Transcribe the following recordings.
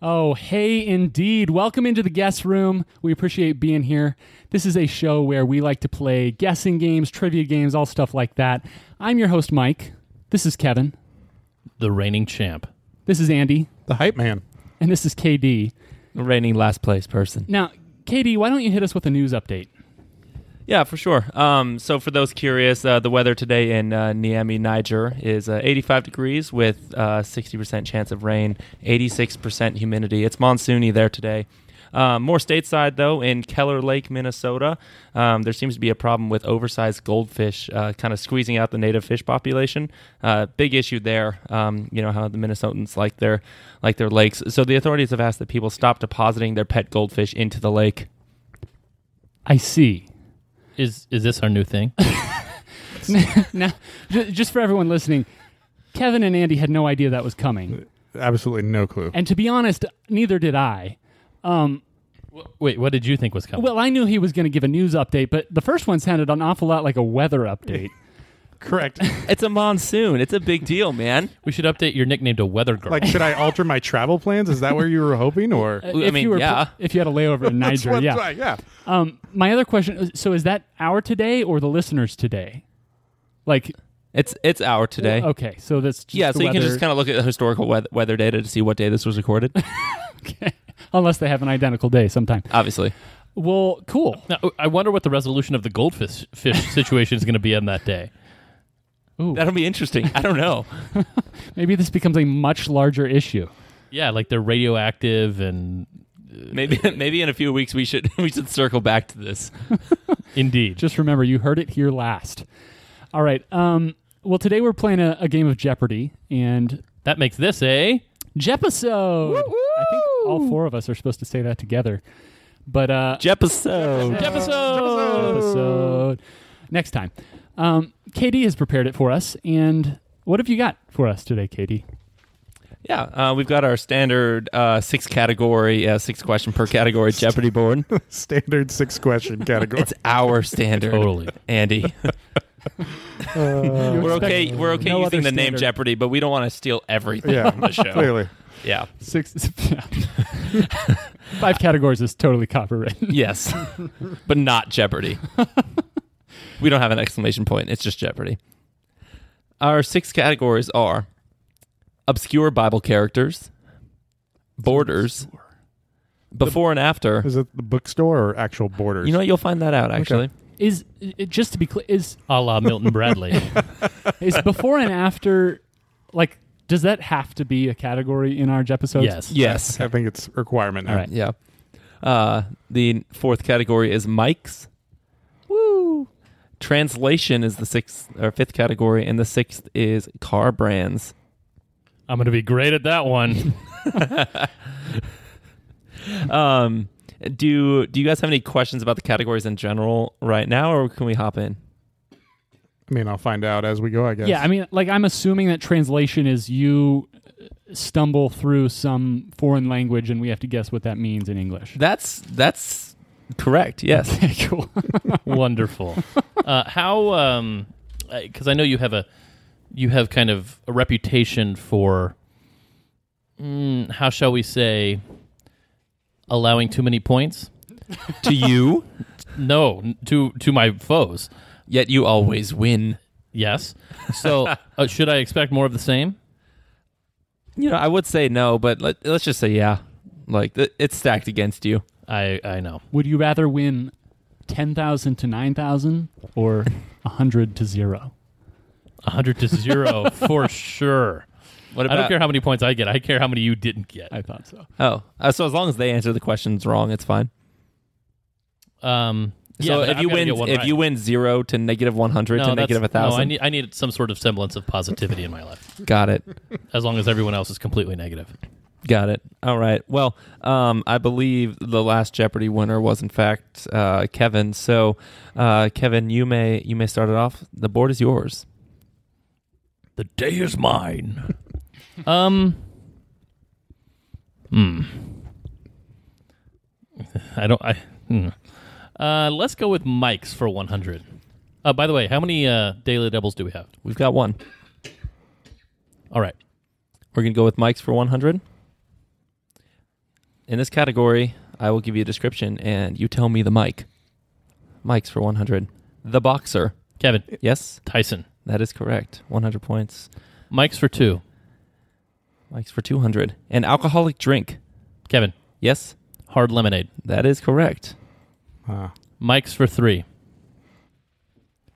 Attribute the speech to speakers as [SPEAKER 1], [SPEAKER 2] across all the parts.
[SPEAKER 1] Oh, hey, indeed. Welcome into the guest room. We appreciate being here. This is a show where we like to play guessing games, trivia games, all stuff like that. I'm your host, Mike. This is Kevin.
[SPEAKER 2] The reigning champ.
[SPEAKER 1] This is Andy.
[SPEAKER 3] The hype man.
[SPEAKER 1] And this is KD.
[SPEAKER 4] reigning last place person.
[SPEAKER 1] Now, KD, why don't you hit us with a news update?
[SPEAKER 4] Yeah, for sure. Um, so for those curious, uh, the weather today in uh, Niamey, Niger, is uh, 85 degrees with uh, 60% chance of rain, 86% humidity. It's monsoony there today. Uh, more stateside though, in Keller Lake, Minnesota, um, there seems to be a problem with oversized goldfish uh, kind of squeezing out the native fish population. Uh, big issue there. Um, you know how the Minnesotans like their like their lakes. So the authorities have asked that people stop depositing their pet goldfish into the lake.
[SPEAKER 1] I see.
[SPEAKER 2] Is is this our new thing?
[SPEAKER 1] now, ju- just for everyone listening, Kevin and Andy had no idea that was coming.
[SPEAKER 3] Absolutely no clue.
[SPEAKER 1] And to be honest, neither did I. Um,
[SPEAKER 2] Wait, what did you think was coming?
[SPEAKER 1] well, I knew he was going to give a news update, but the first one sounded an awful lot like a weather update.
[SPEAKER 3] Correct.
[SPEAKER 4] It's a monsoon. It's a big deal, man.
[SPEAKER 2] we should update your nickname to Weather Girl.
[SPEAKER 3] like, should I alter my travel plans? Is that where you were hoping? Or
[SPEAKER 1] Uh,
[SPEAKER 4] Well, I
[SPEAKER 1] if
[SPEAKER 4] mean,
[SPEAKER 1] you were,
[SPEAKER 4] yeah.
[SPEAKER 1] If you had a layover in
[SPEAKER 3] That's
[SPEAKER 1] Niger,
[SPEAKER 3] what-
[SPEAKER 1] yeah.
[SPEAKER 3] right, yeah.
[SPEAKER 1] Um, my other question is, so is that our today or the listeners today? Like,
[SPEAKER 4] It's it's our today.
[SPEAKER 1] okay, so that's just
[SPEAKER 4] yeah,
[SPEAKER 1] the
[SPEAKER 4] so you can
[SPEAKER 1] weather-
[SPEAKER 4] just kind of look at the historical weather, weather data to see what day this was recorded.
[SPEAKER 1] unless they have an identical day sometime.
[SPEAKER 4] Obviously,
[SPEAKER 1] Well, cool.
[SPEAKER 2] Now, I wonder what the resolution of the goldfish fish situation is going to be on that day.
[SPEAKER 4] that'll be interesting. I don't know.
[SPEAKER 1] Maybe this becomes a much larger issue.
[SPEAKER 2] Yeah, like they're radioactive and
[SPEAKER 4] Maybe maybe in a few weeks we should we should circle back to this.
[SPEAKER 2] indeed.
[SPEAKER 1] Just remember, you heard it here last. All right. Um, well, today we're playing a, a game of Jeopardy and
[SPEAKER 2] that makes this a
[SPEAKER 1] Jepisode. I think all four of us are supposed to say that together. But uh,
[SPEAKER 4] Jepisode.
[SPEAKER 2] episode.
[SPEAKER 1] episode next time. Um, KD has prepared it for us, and what have you got for us today, KD?
[SPEAKER 4] Yeah, uh, we've got our standard uh, six category, uh, six question per category Jeopardy board.
[SPEAKER 3] Standard six question category.
[SPEAKER 4] It's our standard,
[SPEAKER 2] Totally.
[SPEAKER 4] Andy.
[SPEAKER 1] You
[SPEAKER 3] Uh,
[SPEAKER 4] We're
[SPEAKER 1] expect
[SPEAKER 4] okay. We're okay
[SPEAKER 1] no other
[SPEAKER 4] using the name
[SPEAKER 1] standard.
[SPEAKER 4] Jeopardy, but we don't want to steal everything
[SPEAKER 3] yeah,
[SPEAKER 4] from the show.
[SPEAKER 3] clearly.
[SPEAKER 4] Yeah.
[SPEAKER 1] Six, yeah. Five categories is totally copyrighted.
[SPEAKER 4] Yes, but not Jeopardy. we don't have an exclamation point. It's just Jeopardy. Our six categories are obscure Bible characters, borders, before and after.
[SPEAKER 3] Is it the bookstore or actual borders?
[SPEAKER 4] You know, what? you'll find that out actually.
[SPEAKER 1] Is it, just to be clear, is
[SPEAKER 2] A la Milton Bradley.
[SPEAKER 1] is before and after like does that have to be a category in our episodes?
[SPEAKER 2] yes.
[SPEAKER 4] Yes.
[SPEAKER 3] I think it's requirement. Now.
[SPEAKER 1] All right.
[SPEAKER 4] Yeah. Uh, the fourth category is mics. Woo. Translation is the sixth or fifth category, and the sixth is car brands.
[SPEAKER 2] I'm going to be great at that one.
[SPEAKER 4] Um, do do you guys have any questions about the categories in general right now, or can we hop in?
[SPEAKER 3] I mean, I'll find out as we go. I guess.
[SPEAKER 1] Yeah, I mean, like I'm assuming that translation is you uh, stumble through some foreign language and we have to guess what that means in English.
[SPEAKER 4] That's that's correct. Yes.
[SPEAKER 1] Okay, cool.
[SPEAKER 2] Wonderful. Uh, how? um 'cause because I know you have a you have kind of a reputation for mm, how shall we say allowing too many points.
[SPEAKER 4] to you,
[SPEAKER 2] No, n- to to my foes.
[SPEAKER 4] yet you always win.
[SPEAKER 2] Yes. So uh, should I expect more of the same?
[SPEAKER 4] You know, I would say no, but let, let's just say yeah. Like th- it's stacked against you.
[SPEAKER 2] I I know.
[SPEAKER 1] Would you rather win 10,000 to 9,000 or 100 to 0?
[SPEAKER 2] hundred to zero for sure. I
[SPEAKER 4] What about?
[SPEAKER 2] don't care how many points I get. I care how many you didn't get.
[SPEAKER 1] I thought so.
[SPEAKER 4] Oh, uh, so as long as they answer the questions wrong, it's fine.
[SPEAKER 2] Um. yeah,
[SPEAKER 4] so
[SPEAKER 2] but
[SPEAKER 4] if
[SPEAKER 2] I've
[SPEAKER 4] you
[SPEAKER 2] gotta
[SPEAKER 4] win,
[SPEAKER 2] get one
[SPEAKER 4] if
[SPEAKER 2] right.
[SPEAKER 4] you win zero to negative one hundred
[SPEAKER 2] no,
[SPEAKER 4] to
[SPEAKER 2] that's-
[SPEAKER 4] negative a thousand,
[SPEAKER 2] No, I need I need some sort of semblance of positivity in my life.
[SPEAKER 4] got it.
[SPEAKER 2] as long as everyone else is completely negative.
[SPEAKER 4] Got it. All right. Well, um, I believe the last Jeopardy winner was, in fact, uh, Kevin. So, uh, Kevin, you may you may start it off. The board is yours.
[SPEAKER 2] The day is mine. um. Hmm. I don't. I. Hmm. Uh, let's go with Mike's for 100. Uh, by the way, how many uh, daily doubles do we have?
[SPEAKER 4] We've got one.
[SPEAKER 2] All right.
[SPEAKER 4] We're gonna go with Mike's for one hundred. In this category, I will give you a description and you tell me the mic. Mics for 100. The boxer.
[SPEAKER 2] Kevin
[SPEAKER 4] Yes,
[SPEAKER 2] Tyson.
[SPEAKER 4] that is correct. 100 points.
[SPEAKER 2] Mike's for two.
[SPEAKER 4] Mics for 200. An alcoholic drink.
[SPEAKER 2] Kevin
[SPEAKER 4] Yes,
[SPEAKER 2] hard lemonade.
[SPEAKER 4] that is correct.
[SPEAKER 3] Uh,
[SPEAKER 2] Mike's for three.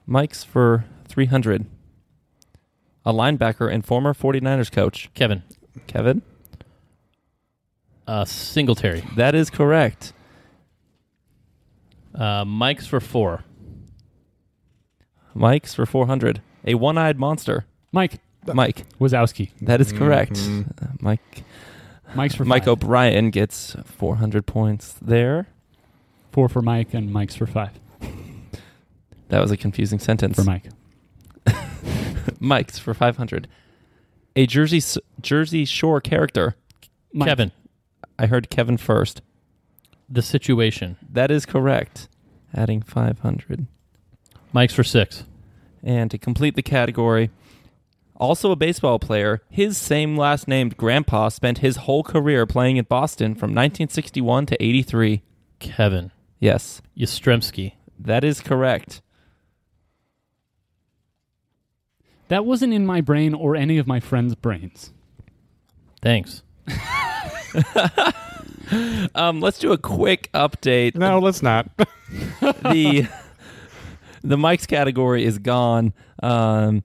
[SPEAKER 4] Mics for 300. A linebacker and former 49ers coach.
[SPEAKER 2] Kevin
[SPEAKER 4] Kevin,
[SPEAKER 2] uh, Singletary.
[SPEAKER 4] that is correct.
[SPEAKER 2] Uh, Mike's for four.
[SPEAKER 4] Mics for 400. A one eyed monster.
[SPEAKER 1] Mike
[SPEAKER 4] Mike,
[SPEAKER 1] Wazowski.
[SPEAKER 4] that is correct.
[SPEAKER 3] Mhm.
[SPEAKER 4] Uh, Mike
[SPEAKER 1] Mike's for
[SPEAKER 4] Mike
[SPEAKER 1] five.
[SPEAKER 4] O'Brien gets 400 points there.
[SPEAKER 1] Four for Mike and Mike's for five
[SPEAKER 4] That was a confusing sentence.
[SPEAKER 1] for Mike.
[SPEAKER 4] Mike's for 500. A Jersey S- Jersey Shore character.
[SPEAKER 1] Mike.
[SPEAKER 2] Kevin
[SPEAKER 4] I heard Kevin first.
[SPEAKER 2] the situation.
[SPEAKER 4] That is correct. Adding 500.
[SPEAKER 2] Mike's for six.
[SPEAKER 4] And to complete the category, also a baseball player, his same last named grandpa spent his whole career playing in Boston from 1961 to 83.
[SPEAKER 2] Kevin
[SPEAKER 4] Yes,
[SPEAKER 2] Yastrzemski.
[SPEAKER 4] that is correct.
[SPEAKER 1] That wasn't in my brain or any of my friends' brains.
[SPEAKER 2] Thanks.
[SPEAKER 4] Um, let's do a quick update.
[SPEAKER 3] no, let's not.
[SPEAKER 4] the the Mike's category is gone. Um,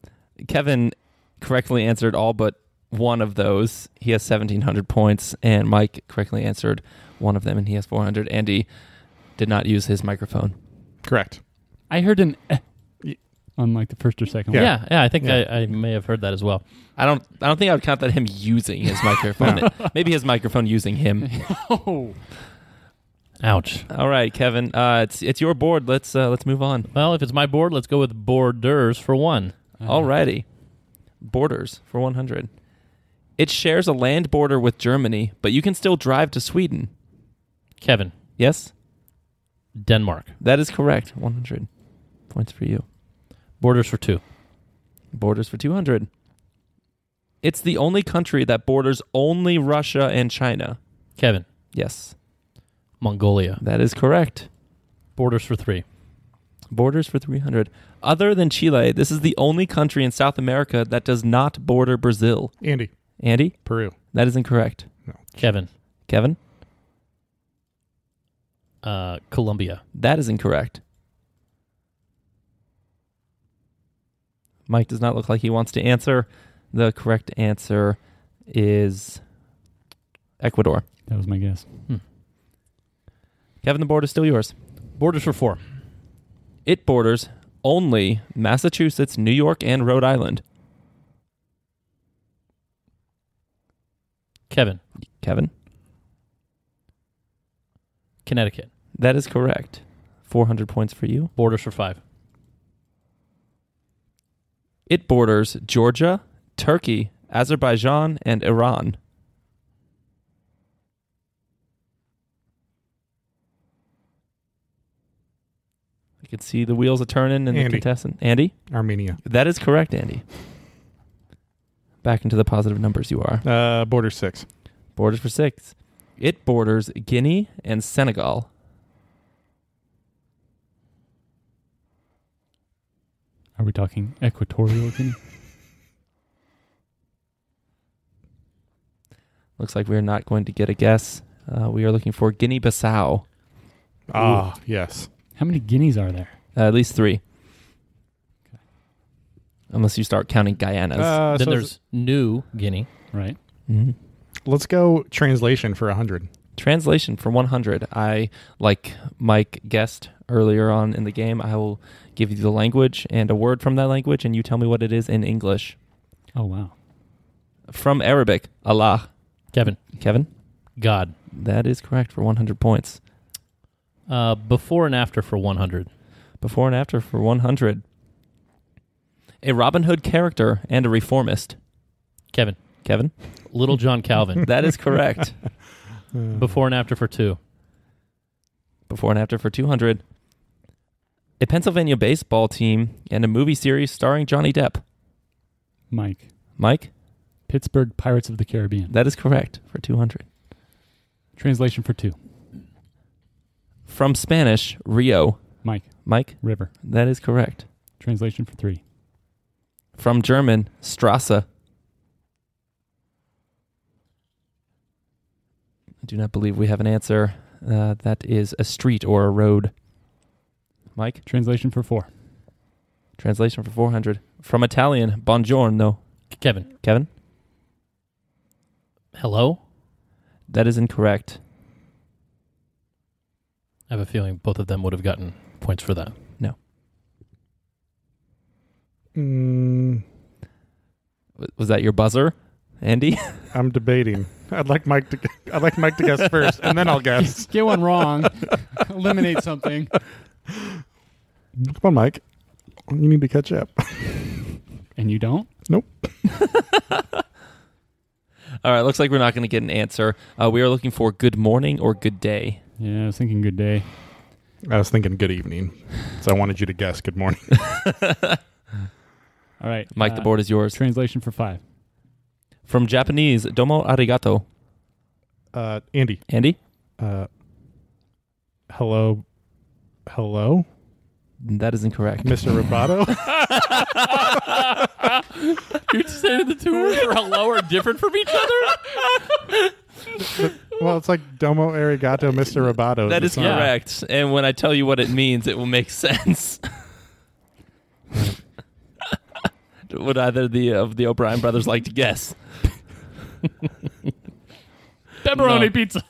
[SPEAKER 4] Kevin correctly answered all but one of those. He has seventeen hundred points, and Mike correctly answered one of them, and he has four hundred. Andy did not use his microphone.
[SPEAKER 3] Correct.
[SPEAKER 1] I heard an eh, on like the first or second
[SPEAKER 2] Yeah,
[SPEAKER 1] one.
[SPEAKER 2] yeah. I think
[SPEAKER 3] Yeah.
[SPEAKER 2] I, I may have heard that as well.
[SPEAKER 4] I don't. I don't think I would count that him using his microphone. Maybe his microphone using him.
[SPEAKER 1] Oh.
[SPEAKER 2] Ouch.
[SPEAKER 4] All right, Kevin. Uh, it's it's your board. Let's uh, let's move on.
[SPEAKER 2] Well, if it's my board, let's go with borders for one.
[SPEAKER 4] All righty. Borders for 100. It shares a land border with Germany, but you can still drive to Sweden.
[SPEAKER 2] Kevin
[SPEAKER 4] Yes,
[SPEAKER 2] Denmark.
[SPEAKER 4] that is correct. 100 points for you.
[SPEAKER 2] Borders for two.
[SPEAKER 4] Borders for 200. It's the only country that borders only Russia and China.
[SPEAKER 2] Kevin
[SPEAKER 4] Yes,
[SPEAKER 2] Mongolia.
[SPEAKER 4] that is correct.
[SPEAKER 2] Borders for three.
[SPEAKER 4] Borders for 300. Other than Chile, this is the only country in South America that does not border Brazil.
[SPEAKER 3] Andy,
[SPEAKER 4] Andy,
[SPEAKER 3] Peru.
[SPEAKER 4] that is incorrect.
[SPEAKER 2] Kevin
[SPEAKER 4] Kevin,
[SPEAKER 2] uh, Colombia.
[SPEAKER 4] That is incorrect. Mike does not look like he wants to answer. The correct answer is Ecuador.
[SPEAKER 1] That was my guess.
[SPEAKER 4] Kevin, the board is still yours.
[SPEAKER 2] Borders for four.
[SPEAKER 4] It borders only Massachusetts, New York, and Rhode Island.
[SPEAKER 2] Kevin
[SPEAKER 4] Kevin,
[SPEAKER 2] Connecticut.
[SPEAKER 4] that is correct. 400 points for you.
[SPEAKER 2] Borders for five.
[SPEAKER 4] It borders Georgia, Turkey, Azerbaijan, and Iran. I can see the wheels are turning and the
[SPEAKER 3] Andy.
[SPEAKER 4] contestant. Andy?
[SPEAKER 3] Armenia.
[SPEAKER 4] That is correct, Andy. Back into the positive numbers you are.
[SPEAKER 3] Uh, border six.
[SPEAKER 4] Borders for six. It borders Guinea and Senegal.
[SPEAKER 1] Are we talking equatorial Guinea?
[SPEAKER 4] Looks like we're not going to get a guess. Uh, we are looking for Guinea Bissau.
[SPEAKER 3] Ah, yes.
[SPEAKER 1] How many guineas are there?
[SPEAKER 4] Uh, at least three. Unless you start counting Guyana's.
[SPEAKER 3] Uh,
[SPEAKER 2] then
[SPEAKER 3] so
[SPEAKER 2] there's New Guinea.
[SPEAKER 1] Right.
[SPEAKER 4] Mhm.
[SPEAKER 3] let's go translation for 100.
[SPEAKER 4] Translation for 100. I, like Mike guessed earlier on in the game, I will give you the language and a word from that language, and you tell me what it is in English.
[SPEAKER 1] Oh wow.
[SPEAKER 4] From Arabic, Allah.
[SPEAKER 2] Kevin
[SPEAKER 4] Kevin,
[SPEAKER 2] God.
[SPEAKER 4] that is correct for 100 points.
[SPEAKER 2] Uh, before and after for 100.
[SPEAKER 4] Before and after for 100. A Robin Hood character and a reformist.
[SPEAKER 2] Kevin
[SPEAKER 4] Kevin,
[SPEAKER 2] Little John Calvin.
[SPEAKER 4] that is correct.
[SPEAKER 2] before and after for two.
[SPEAKER 4] Before and after for 200. A Pennsylvania baseball team and a movie series starring Johnny Depp.
[SPEAKER 1] Mike.
[SPEAKER 4] Mike,
[SPEAKER 1] Pittsburgh Pirates of the Caribbean.
[SPEAKER 4] that is correct for 200.
[SPEAKER 1] Translation for two.
[SPEAKER 4] From Spanish, Rio.
[SPEAKER 1] Mike,
[SPEAKER 4] Mike,
[SPEAKER 1] river.
[SPEAKER 4] that is correct.
[SPEAKER 1] Translation for three.
[SPEAKER 4] From German, Strasse. I do not believe we have an answer. Uh, that is a street or a road. Mike,
[SPEAKER 1] Translation for four.
[SPEAKER 4] translation for 400. From Italian, buongiorno.
[SPEAKER 2] Kevin,
[SPEAKER 4] Kevin,
[SPEAKER 2] hello.
[SPEAKER 4] that is incorrect.
[SPEAKER 2] I have a feeling both of them would have gotten points for that.
[SPEAKER 3] Mm,
[SPEAKER 4] W- Was that your buzzer, Andy?
[SPEAKER 3] I'm debating. I'd like Mike to. I'd like Mike to guess first, and then I'll guess.
[SPEAKER 1] Get one wrong. Eliminate something.
[SPEAKER 3] Come on, Mike. You need to catch up.
[SPEAKER 1] And you don't?
[SPEAKER 4] All right, looks like we're not going to get an answer. Uh, we are looking for good morning or good day.
[SPEAKER 1] Yeah, I was thinking good day.
[SPEAKER 3] I was thinking good evening, so I wanted you to guess good morning.
[SPEAKER 1] All right.
[SPEAKER 4] Mike,
[SPEAKER 1] uh,
[SPEAKER 4] the board is yours.
[SPEAKER 1] Translation for five.
[SPEAKER 4] From Japanese, domo arigato.
[SPEAKER 3] Uh, Andy.
[SPEAKER 4] Andy,
[SPEAKER 3] Uh, hello, hello,
[SPEAKER 4] that is incorrect.
[SPEAKER 3] Mr. Roboto.
[SPEAKER 2] You said the two words for hello are different from each other.
[SPEAKER 3] well, it's like Domo Arigato, Mr. Roboto.
[SPEAKER 4] That is
[SPEAKER 3] It's
[SPEAKER 2] Yeah.
[SPEAKER 3] not-
[SPEAKER 4] correct. And when I tell you what it means, it will make sense. Would either the of the O'Brien brothers like to guess?
[SPEAKER 2] Pepperoni
[SPEAKER 4] No.
[SPEAKER 2] pizza.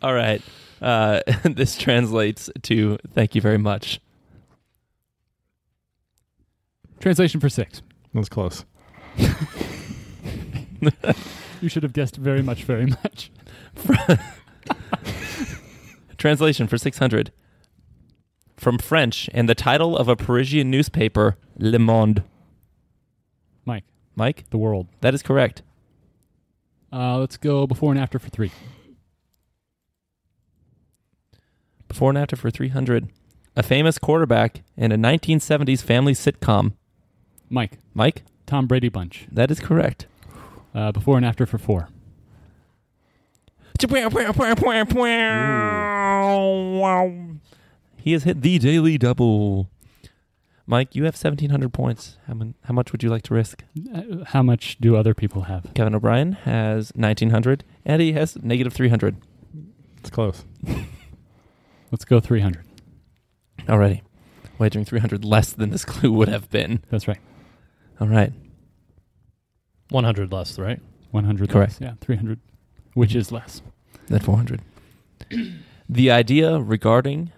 [SPEAKER 4] All right. Uh, this translates to thank you very much.
[SPEAKER 1] Translation for six.
[SPEAKER 3] That's close.
[SPEAKER 1] You should have guessed very much, very much.
[SPEAKER 4] Translation for 600. From French and the title of a Parisian newspaper, Le Monde.
[SPEAKER 1] Mike,
[SPEAKER 4] Mike,
[SPEAKER 1] the world.
[SPEAKER 4] that is correct.
[SPEAKER 1] Uh, let's go before and after for three.
[SPEAKER 4] Before and after for 300. A famous quarterback in a 1970s family sitcom.
[SPEAKER 1] Mike,
[SPEAKER 4] Mike,
[SPEAKER 1] Tom Brady Bunch.
[SPEAKER 4] that is correct.
[SPEAKER 1] Uh, before and after for four.
[SPEAKER 4] He has hit the daily double. Mike, you have 1,700 points. How, mon- how much would you like to risk?
[SPEAKER 1] Uh, how much do other people have?
[SPEAKER 4] Kevin O'Brien has 1,900. Eddie has negative 300
[SPEAKER 3] It's close.
[SPEAKER 1] Let's go 300.
[SPEAKER 4] already. Wagering 300 less than this clue would have been.
[SPEAKER 1] That's right.
[SPEAKER 4] All right.
[SPEAKER 2] One hundred less, right?
[SPEAKER 1] 100. less.
[SPEAKER 4] Correct.
[SPEAKER 1] Yeah, 300, which is less.
[SPEAKER 4] Then 400. the idea regarding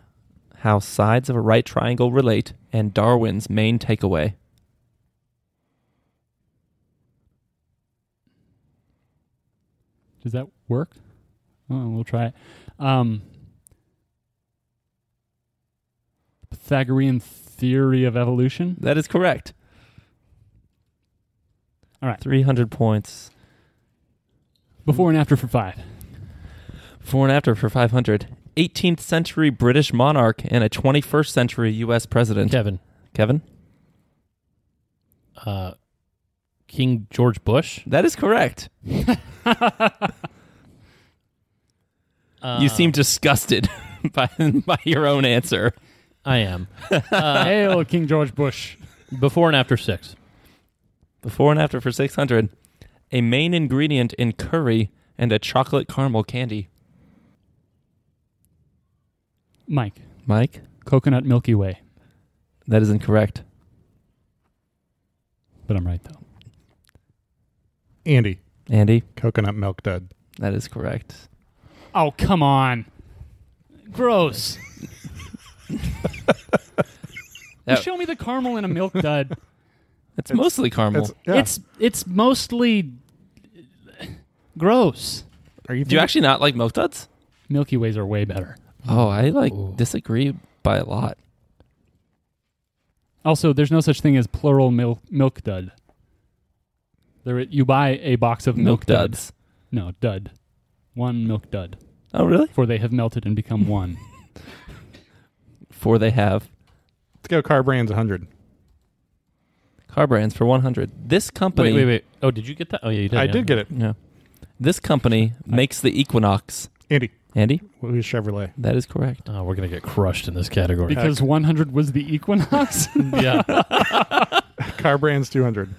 [SPEAKER 4] how sides of a right triangle relate and Darwin's main takeaway.
[SPEAKER 1] Does that work? Oh, we'll try it. Um, Pythagorean theory of evolution.
[SPEAKER 4] That is correct.
[SPEAKER 1] All right.
[SPEAKER 4] 300 points.
[SPEAKER 1] Before and after for five.
[SPEAKER 4] Before and after for 500. 18th century British monarch and a 21st century U.S. president.
[SPEAKER 2] Kevin,
[SPEAKER 4] Kevin?
[SPEAKER 2] uh, King George Bush.
[SPEAKER 4] That is correct.
[SPEAKER 2] Uh,
[SPEAKER 4] you seem disgusted by, by your own answer.
[SPEAKER 2] I am.
[SPEAKER 1] Hail King George Bush.
[SPEAKER 2] Before and after six.
[SPEAKER 4] Before and after for 600. A main ingredient in curry and a chocolate caramel candy.
[SPEAKER 1] Mike,
[SPEAKER 4] Mike?
[SPEAKER 1] coconut Milky Way.
[SPEAKER 4] That is incorrect.
[SPEAKER 1] But I'm right though.
[SPEAKER 3] Andy,
[SPEAKER 4] Andy?
[SPEAKER 3] coconut milk dud.
[SPEAKER 4] That is correct.
[SPEAKER 1] Oh come on. Gross. you
[SPEAKER 4] That-
[SPEAKER 1] show me the caramel in a milk dud.
[SPEAKER 4] It's, mostly caramel.
[SPEAKER 3] It's, yeah.
[SPEAKER 1] It's it's mostly gross.
[SPEAKER 3] Are you
[SPEAKER 4] Do you
[SPEAKER 3] thinking-
[SPEAKER 4] actually not like milk duds?
[SPEAKER 1] Milky Ways are way better.
[SPEAKER 4] Oh, I like disagree by a lot.
[SPEAKER 1] Also, there's no such thing as plural milk milk dud. There, you buy a box of milk,
[SPEAKER 4] Milk
[SPEAKER 1] dud.
[SPEAKER 4] duds.
[SPEAKER 1] No dud, one milk dud,
[SPEAKER 4] Oh, really?
[SPEAKER 1] for they have melted and become one.
[SPEAKER 4] For they have
[SPEAKER 3] Let's go car brands 100.
[SPEAKER 4] Car brands for 100. This company.
[SPEAKER 2] Wait, wait, wait. Oh, did you get that? Oh, yeah, you did.
[SPEAKER 3] I
[SPEAKER 2] yeah.
[SPEAKER 3] did get it.
[SPEAKER 4] No. This company makes the Equinox.
[SPEAKER 3] Andy,
[SPEAKER 4] Andy,
[SPEAKER 3] what was Chevrolet?
[SPEAKER 4] that is correct.
[SPEAKER 2] Oh, we're gonna get crushed in this category.
[SPEAKER 1] because 100 was the Equinox.
[SPEAKER 2] yeah,
[SPEAKER 3] Car brands 200.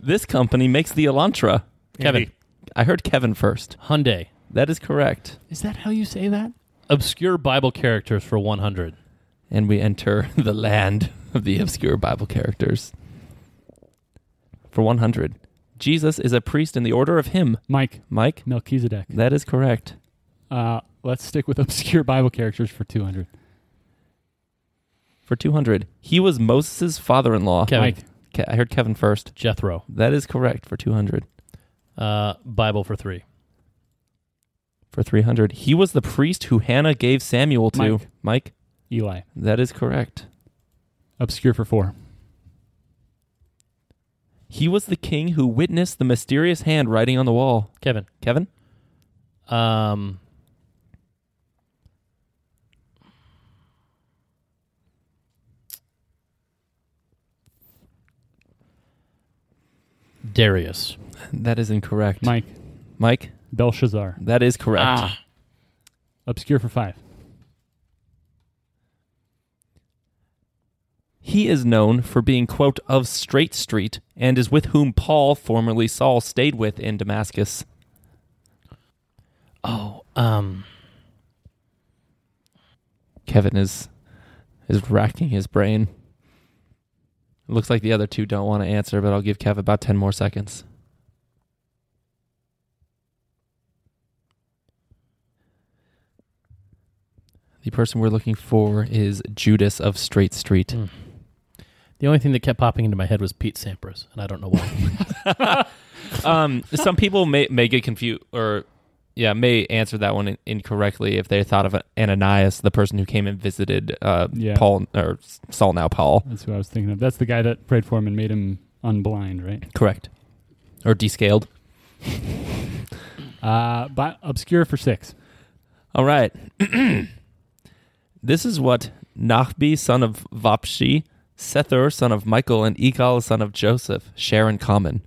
[SPEAKER 4] This company makes the Elantra.
[SPEAKER 2] Kevin
[SPEAKER 4] I heard Kevin first.
[SPEAKER 2] Hyundai.
[SPEAKER 4] That is correct.
[SPEAKER 1] Is that how you say that?
[SPEAKER 2] Obscure Bible characters for 100.
[SPEAKER 4] And we enter the land of the obscure Bible characters. For 100, Jesus is a priest in the order of him.
[SPEAKER 1] Mike
[SPEAKER 4] Mike,
[SPEAKER 1] Melchizedek.
[SPEAKER 4] that is correct.
[SPEAKER 1] Uh, let's stick with obscure Bible characters for 200.
[SPEAKER 4] For 200, he was Moses' father in law.
[SPEAKER 2] Kevin.
[SPEAKER 1] Mike,
[SPEAKER 4] I heard Kevin first.
[SPEAKER 2] Jethro.
[SPEAKER 4] That is correct for 200.
[SPEAKER 2] Uh, Bible for three.
[SPEAKER 4] For 300, he was the priest who Hannah gave Samuel to.
[SPEAKER 1] Mike.
[SPEAKER 4] Mike
[SPEAKER 1] Eli.
[SPEAKER 4] that is correct.
[SPEAKER 1] Obscure for four.
[SPEAKER 4] He was the king who witnessed the mysterious hand writing on the wall.
[SPEAKER 2] Kevin.
[SPEAKER 4] Kevin?
[SPEAKER 2] Um, Darius.
[SPEAKER 4] That is incorrect. Ah.
[SPEAKER 1] Mike
[SPEAKER 4] Mike?
[SPEAKER 1] Belshazzar.
[SPEAKER 4] That is correct.
[SPEAKER 1] Obscure for five.
[SPEAKER 4] He is known for being, quote, of straight street and is with whom Paul, formerly Saul, stayed with in Damascus.
[SPEAKER 2] Oh, um,
[SPEAKER 4] Kevin is is racking his brain. It looks like the other two don't want to answer, but I'll give Kev about 10 more seconds. The person we're looking for is Judas of Straight Street.
[SPEAKER 2] the only thing that kept popping into my head was Pete Sampras, and I don't know why.
[SPEAKER 4] um, some people may may get confused or yeah may answer that one in- incorrectly if they thought of Ananias, the person who came and visited uh,
[SPEAKER 1] Yeah.
[SPEAKER 4] Paul or Saul now Paul.
[SPEAKER 1] That's who I was thinking of. That's the guy that prayed for him and made him unblind, right?
[SPEAKER 4] Correct. Or descaled.
[SPEAKER 1] Uh, bi- obscure for six.
[SPEAKER 4] All right. this is what Nachbi, son of Vapshi, Sethur, son of Michael, and Egal, son of Joseph, share in common.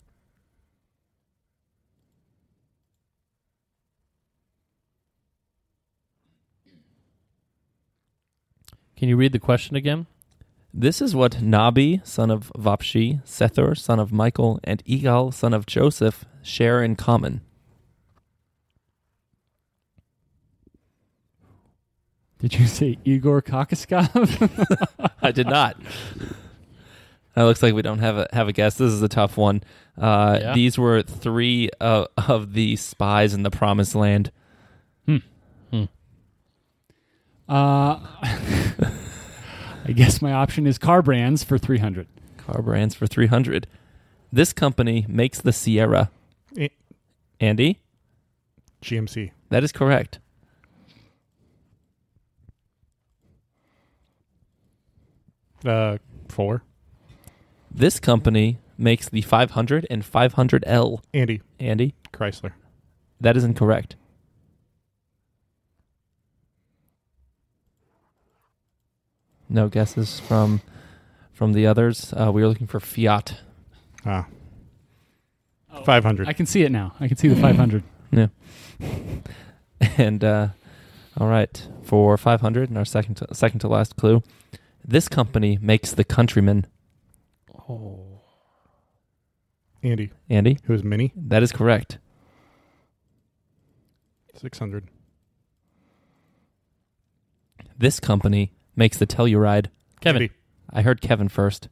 [SPEAKER 2] Can you read the question again?
[SPEAKER 4] This is what Nabi, son of Vapshi, Sethur, son of Michael, and Egal, son of Joseph, share in common.
[SPEAKER 1] Did you say Igor Kokoskov?
[SPEAKER 4] I did not. That looks like we don't have a have a guess. This is a tough one. Uh,
[SPEAKER 2] Yeah.
[SPEAKER 4] These were three uh, of the spies in the Promised Land.
[SPEAKER 1] uh, I guess my option is car brands for 300.
[SPEAKER 4] Car brands for three hundred. This company makes the Sierra.
[SPEAKER 3] Eh.
[SPEAKER 4] Andy,
[SPEAKER 3] GMC.
[SPEAKER 4] that is correct.
[SPEAKER 3] Uh, four.
[SPEAKER 4] This company makes the 500 and 500L.
[SPEAKER 3] Andy,
[SPEAKER 4] Andy,
[SPEAKER 3] Chrysler.
[SPEAKER 4] that is incorrect. No guesses from from the others. Uh, we were looking for Fiat.
[SPEAKER 3] Ah. 500.
[SPEAKER 1] I can see it now. I can see the 500.
[SPEAKER 4] And uh, all right, for 500 and our second to, second to last clue, this company makes the Countryman.
[SPEAKER 2] Oh,
[SPEAKER 3] Andy,
[SPEAKER 4] Andy,
[SPEAKER 3] who is Mini?
[SPEAKER 4] that is correct.
[SPEAKER 3] 600.
[SPEAKER 4] This company makes the Telluride.
[SPEAKER 2] Kevin.
[SPEAKER 3] Andy,
[SPEAKER 4] I heard Kevin first.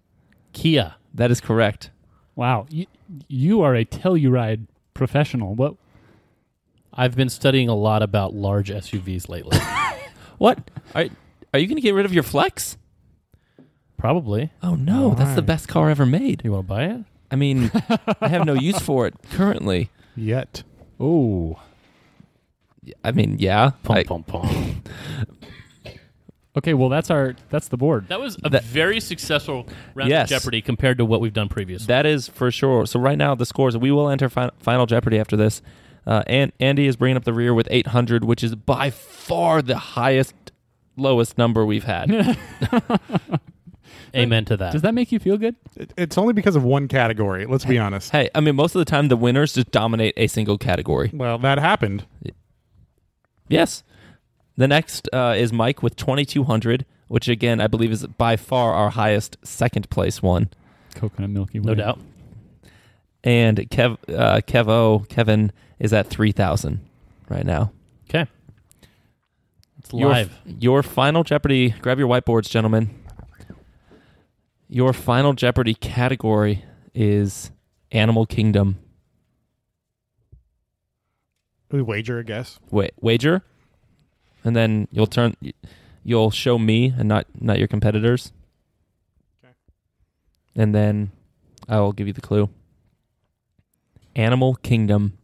[SPEAKER 2] Kia.
[SPEAKER 4] That is correct.
[SPEAKER 1] Wow. You, you are a Telluride professional. What?
[SPEAKER 2] I've been studying a lot about large SUVs lately.
[SPEAKER 4] What? Are, are you going to get rid of your Flex?
[SPEAKER 2] Probably.
[SPEAKER 4] Oh no, that's the
[SPEAKER 3] Why?
[SPEAKER 4] best car ever made.
[SPEAKER 2] You want to buy it?
[SPEAKER 4] I mean, I have no use for it currently.
[SPEAKER 3] Yet.
[SPEAKER 1] Oh.
[SPEAKER 4] I mean, yeah.
[SPEAKER 2] Pum,
[SPEAKER 4] I-
[SPEAKER 2] pum, pum.
[SPEAKER 1] Okay, well, that's our, that's the board.
[SPEAKER 2] That was a
[SPEAKER 4] That-
[SPEAKER 2] very successful round
[SPEAKER 4] Yes.
[SPEAKER 2] of Jeopardy compared to what we've done previously.
[SPEAKER 4] That is for sure. So right now the scores. We will enter fin- Final Jeopardy after this. Uh, and Andy is bringing up the rear with 800, which is by far the highest, lowest number we've had.
[SPEAKER 2] Amen to that.
[SPEAKER 1] Does that make you feel good?
[SPEAKER 3] It- It's only because of one category. Let's be honest.
[SPEAKER 4] Hey, I mean, most of the time the winners just dominate a single category.
[SPEAKER 3] Well, that happened.
[SPEAKER 4] Yes. The next uh, is Mike with 2,200, which again, I believe is by far our highest second place one.
[SPEAKER 1] Coconut Milky Way.
[SPEAKER 2] no doubt.
[SPEAKER 4] And Kev, uh, Kevo, Kevin is at 3,000 right now.
[SPEAKER 2] Okay. It's
[SPEAKER 4] Your-
[SPEAKER 2] live.
[SPEAKER 4] Your final Jeopardy. Grab your whiteboards, gentlemen. Your final Jeopardy category is Animal Kingdom.
[SPEAKER 3] We wager a guess.
[SPEAKER 4] Wait, wager, and then you'll turn. You'll show me and not not your competitors.
[SPEAKER 3] Okay.
[SPEAKER 4] And then I will give you the clue. Animal Kingdom.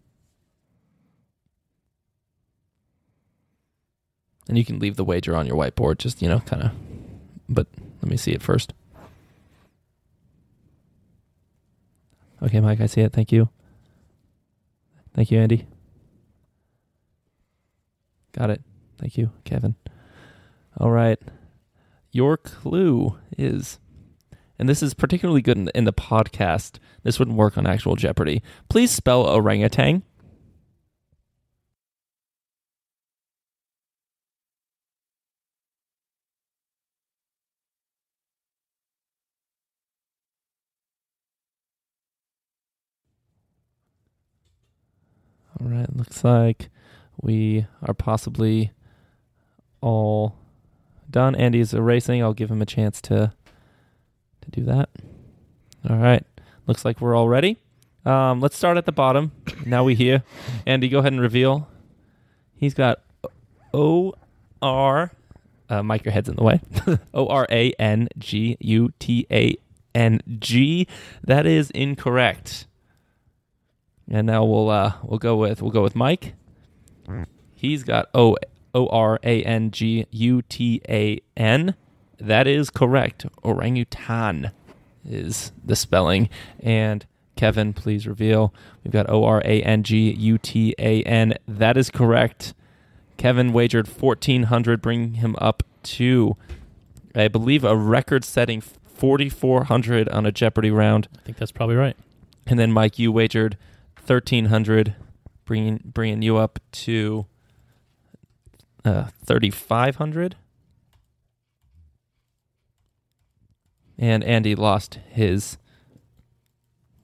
[SPEAKER 4] And you can leave the wager on your whiteboard, just you know, kind of. But let me see it first. Okay, Mike, I see it. Thank you. Thank you, Andy. Got it. Thank you, Kevin. All right. Your clue is, and this is particularly good in the, in the podcast. This wouldn't work on actual Jeopardy. Please spell orangutan. All right. Looks like we are possibly all done. Andy's erasing. I'll give him a chance to to do that. All right. Looks like we're all ready. Um, let's start at the bottom. Now we hear. Andy, go ahead and reveal. He's got O R. Uh, Mike, your head's in the way. O R A N G U T A N G. That is incorrect. And now we'll uh, we'll go with we'll go with Mike. He's got O O R A N G U T A N. That is correct. Orangutan is the spelling. And Kevin, please reveal. We've got O R A N G U T A N. That is correct. Kevin wagered 1400 bringing him up to I believe a record-setting 4400 on a Jeopardy round.
[SPEAKER 2] I think that's probably right.
[SPEAKER 4] And then Mike, you wagered thirteen hundred, bringing bringing you up to uh, thirty five hundred. And Andy lost his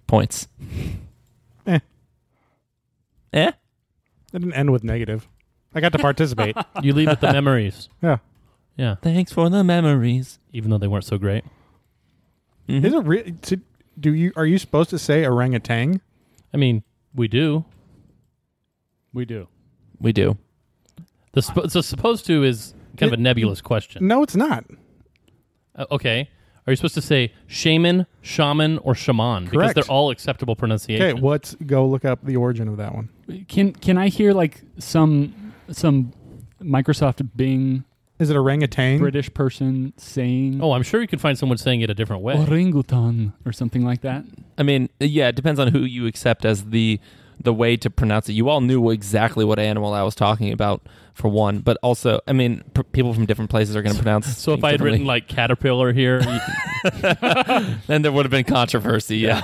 [SPEAKER 4] points.
[SPEAKER 3] Eh.
[SPEAKER 4] Eh?
[SPEAKER 3] It didn't end with negative. I got to participate.
[SPEAKER 2] You leave with the memories.
[SPEAKER 3] yeah.
[SPEAKER 2] Yeah.
[SPEAKER 4] Thanks for the memories.
[SPEAKER 2] Even though they weren't so great.
[SPEAKER 4] Mhm.
[SPEAKER 3] Is it real? Do you are you supposed to say orangutan?
[SPEAKER 2] I mean, we do.
[SPEAKER 1] We do.
[SPEAKER 4] We do.
[SPEAKER 2] The sp- so supposed to is kind of a nebulous question.
[SPEAKER 3] No, it's not.
[SPEAKER 2] Uh, okay. Are you supposed to say shaman, shaman, or shaman? Because
[SPEAKER 3] Correct.
[SPEAKER 2] they're all acceptable
[SPEAKER 3] Okay,
[SPEAKER 2] pronunciation.
[SPEAKER 3] let's go look up the origin of that one.
[SPEAKER 1] Can can I hear like some some Microsoft Bing
[SPEAKER 3] Is it orangutan?
[SPEAKER 1] British person saying
[SPEAKER 2] oh, I'm sure you could find someone saying it a different way.
[SPEAKER 1] orangutan or something like that?
[SPEAKER 4] I mean, yeah, it depends on who you accept as the the way to pronounce it. You all knew exactly what animal I was talking about for one, but also, I mean, pr- people from different places are going to pronounce.
[SPEAKER 2] So if
[SPEAKER 4] things
[SPEAKER 2] I had written
[SPEAKER 4] differently.
[SPEAKER 2] like caterpillar here,
[SPEAKER 4] then there would have been controversy. Yeah,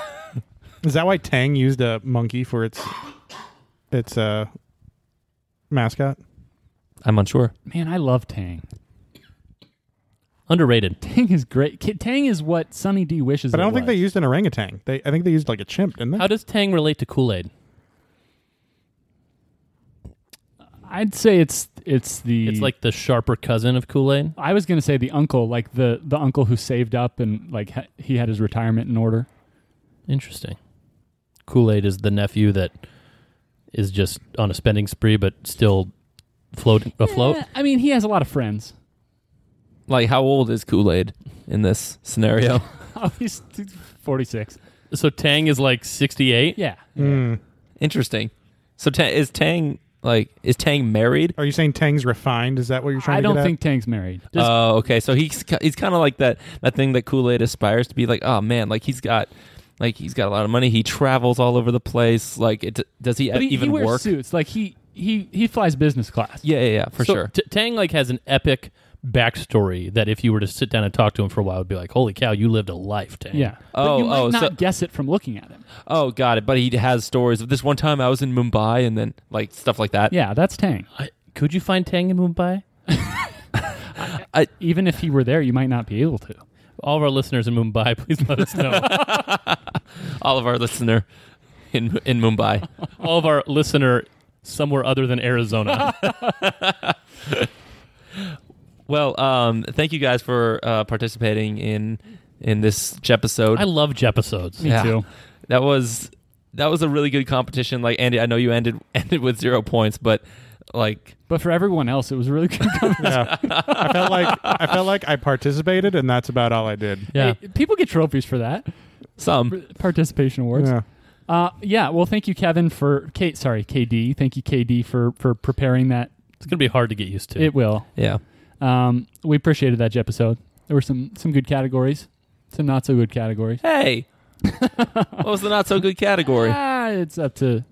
[SPEAKER 3] Is that why Tang used a monkey for its its uh mascot?
[SPEAKER 4] I'm unsure.
[SPEAKER 1] Man, I love Tang.
[SPEAKER 2] underrated.
[SPEAKER 1] Tang is great. Ki- Tang is what Sunny D wishes.
[SPEAKER 3] But
[SPEAKER 1] it
[SPEAKER 3] I don't think
[SPEAKER 1] was.
[SPEAKER 3] they used an orangutan. They I think they used like a chimp, didn't they?
[SPEAKER 2] How does Tang relate to Kool Aid?
[SPEAKER 1] I'd say it's it's the.
[SPEAKER 2] It's like the sharper cousin of Kool Aid.
[SPEAKER 1] I was gonna say the uncle, like the the uncle who saved up and like ha- he had his retirement in order.
[SPEAKER 2] Interesting. Kool Aid is the nephew that is just on a spending spree, but still float afloat.
[SPEAKER 1] Eh, I mean, he has a lot of friends.
[SPEAKER 4] Like, how old is Kool Aid in this scenario?
[SPEAKER 1] Oh, he's forty six.
[SPEAKER 2] So Tang is like sixty-eight.
[SPEAKER 1] Yeah.
[SPEAKER 3] Hmm.
[SPEAKER 4] Interesting. So Ta- is Tang like is Tang married?
[SPEAKER 3] Are you saying Tang's refined? Is that what you're
[SPEAKER 1] I
[SPEAKER 3] trying to get
[SPEAKER 1] don't
[SPEAKER 3] at?
[SPEAKER 1] think Tang's married.
[SPEAKER 4] Oh,
[SPEAKER 2] Does-
[SPEAKER 4] okay. So he's ki- he's kind of like that that thing that Kool Aid aspires to be. Like, oh man, like he's got like he's got a lot of money. He travels all over the place. Like, it, does he,
[SPEAKER 1] But he,
[SPEAKER 4] even
[SPEAKER 1] he wears
[SPEAKER 4] work?
[SPEAKER 1] suits. Like he he he flies business class.
[SPEAKER 4] Yeah, yeah, yeah, for
[SPEAKER 2] So
[SPEAKER 4] sure.
[SPEAKER 2] T- Tang like has an epic backstory that if you were to sit down and talk to him for a while, would be like, "Holy cow, you lived a life, Tang."
[SPEAKER 1] Yeah. but
[SPEAKER 4] Oh,
[SPEAKER 1] you might
[SPEAKER 4] oh,
[SPEAKER 1] not
[SPEAKER 4] so-
[SPEAKER 1] guess it from looking at him.
[SPEAKER 4] Oh, got it. But he has stories of this one time I was in Mumbai and then like stuff like that.
[SPEAKER 1] Yeah, that's Tang.
[SPEAKER 2] I, could you find Tang in Mumbai?
[SPEAKER 1] Even if he were there, you might not be able to.
[SPEAKER 2] All of our listeners in Mumbai, please let us know.
[SPEAKER 4] All of our listener in in Mumbai.
[SPEAKER 2] All of our listener somewhere other than Arizona.
[SPEAKER 4] well, um, thank you guys for uh, participating in in this episode.
[SPEAKER 2] I love Jepisodes.
[SPEAKER 1] Me
[SPEAKER 4] Yeah.
[SPEAKER 1] too.
[SPEAKER 4] that was that was a really good competition. Like Andy, I know you ended ended with zero points, but like
[SPEAKER 1] But for everyone else, it was really good.
[SPEAKER 3] Yeah. I felt like I felt like I participated, and that's about all I did.
[SPEAKER 2] Yeah.
[SPEAKER 1] People get trophies for that.
[SPEAKER 4] some
[SPEAKER 1] Participation awards.
[SPEAKER 3] Yeah.
[SPEAKER 1] Uh, yeah. Well, thank you, Kevin, for Kate. Sorry, KD. Thank you, KD, for for preparing that.
[SPEAKER 2] It's going to be hard to get used to.
[SPEAKER 1] It will.
[SPEAKER 4] yeah.
[SPEAKER 1] Um, we appreciated that episode. There were some some good categories, some not so good categories.
[SPEAKER 4] Hey, what was the not so good category?
[SPEAKER 1] Ah, it's up to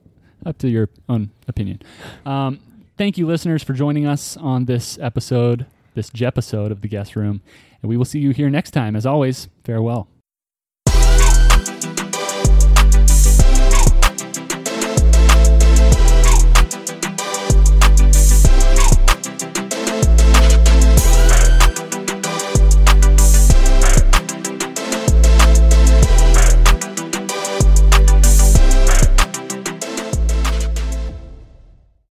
[SPEAKER 1] up to your own opinion. Um, thank you, listeners, for joining us on this episode, this Jepisode of the guest room, and we will see you here next time. As always, farewell.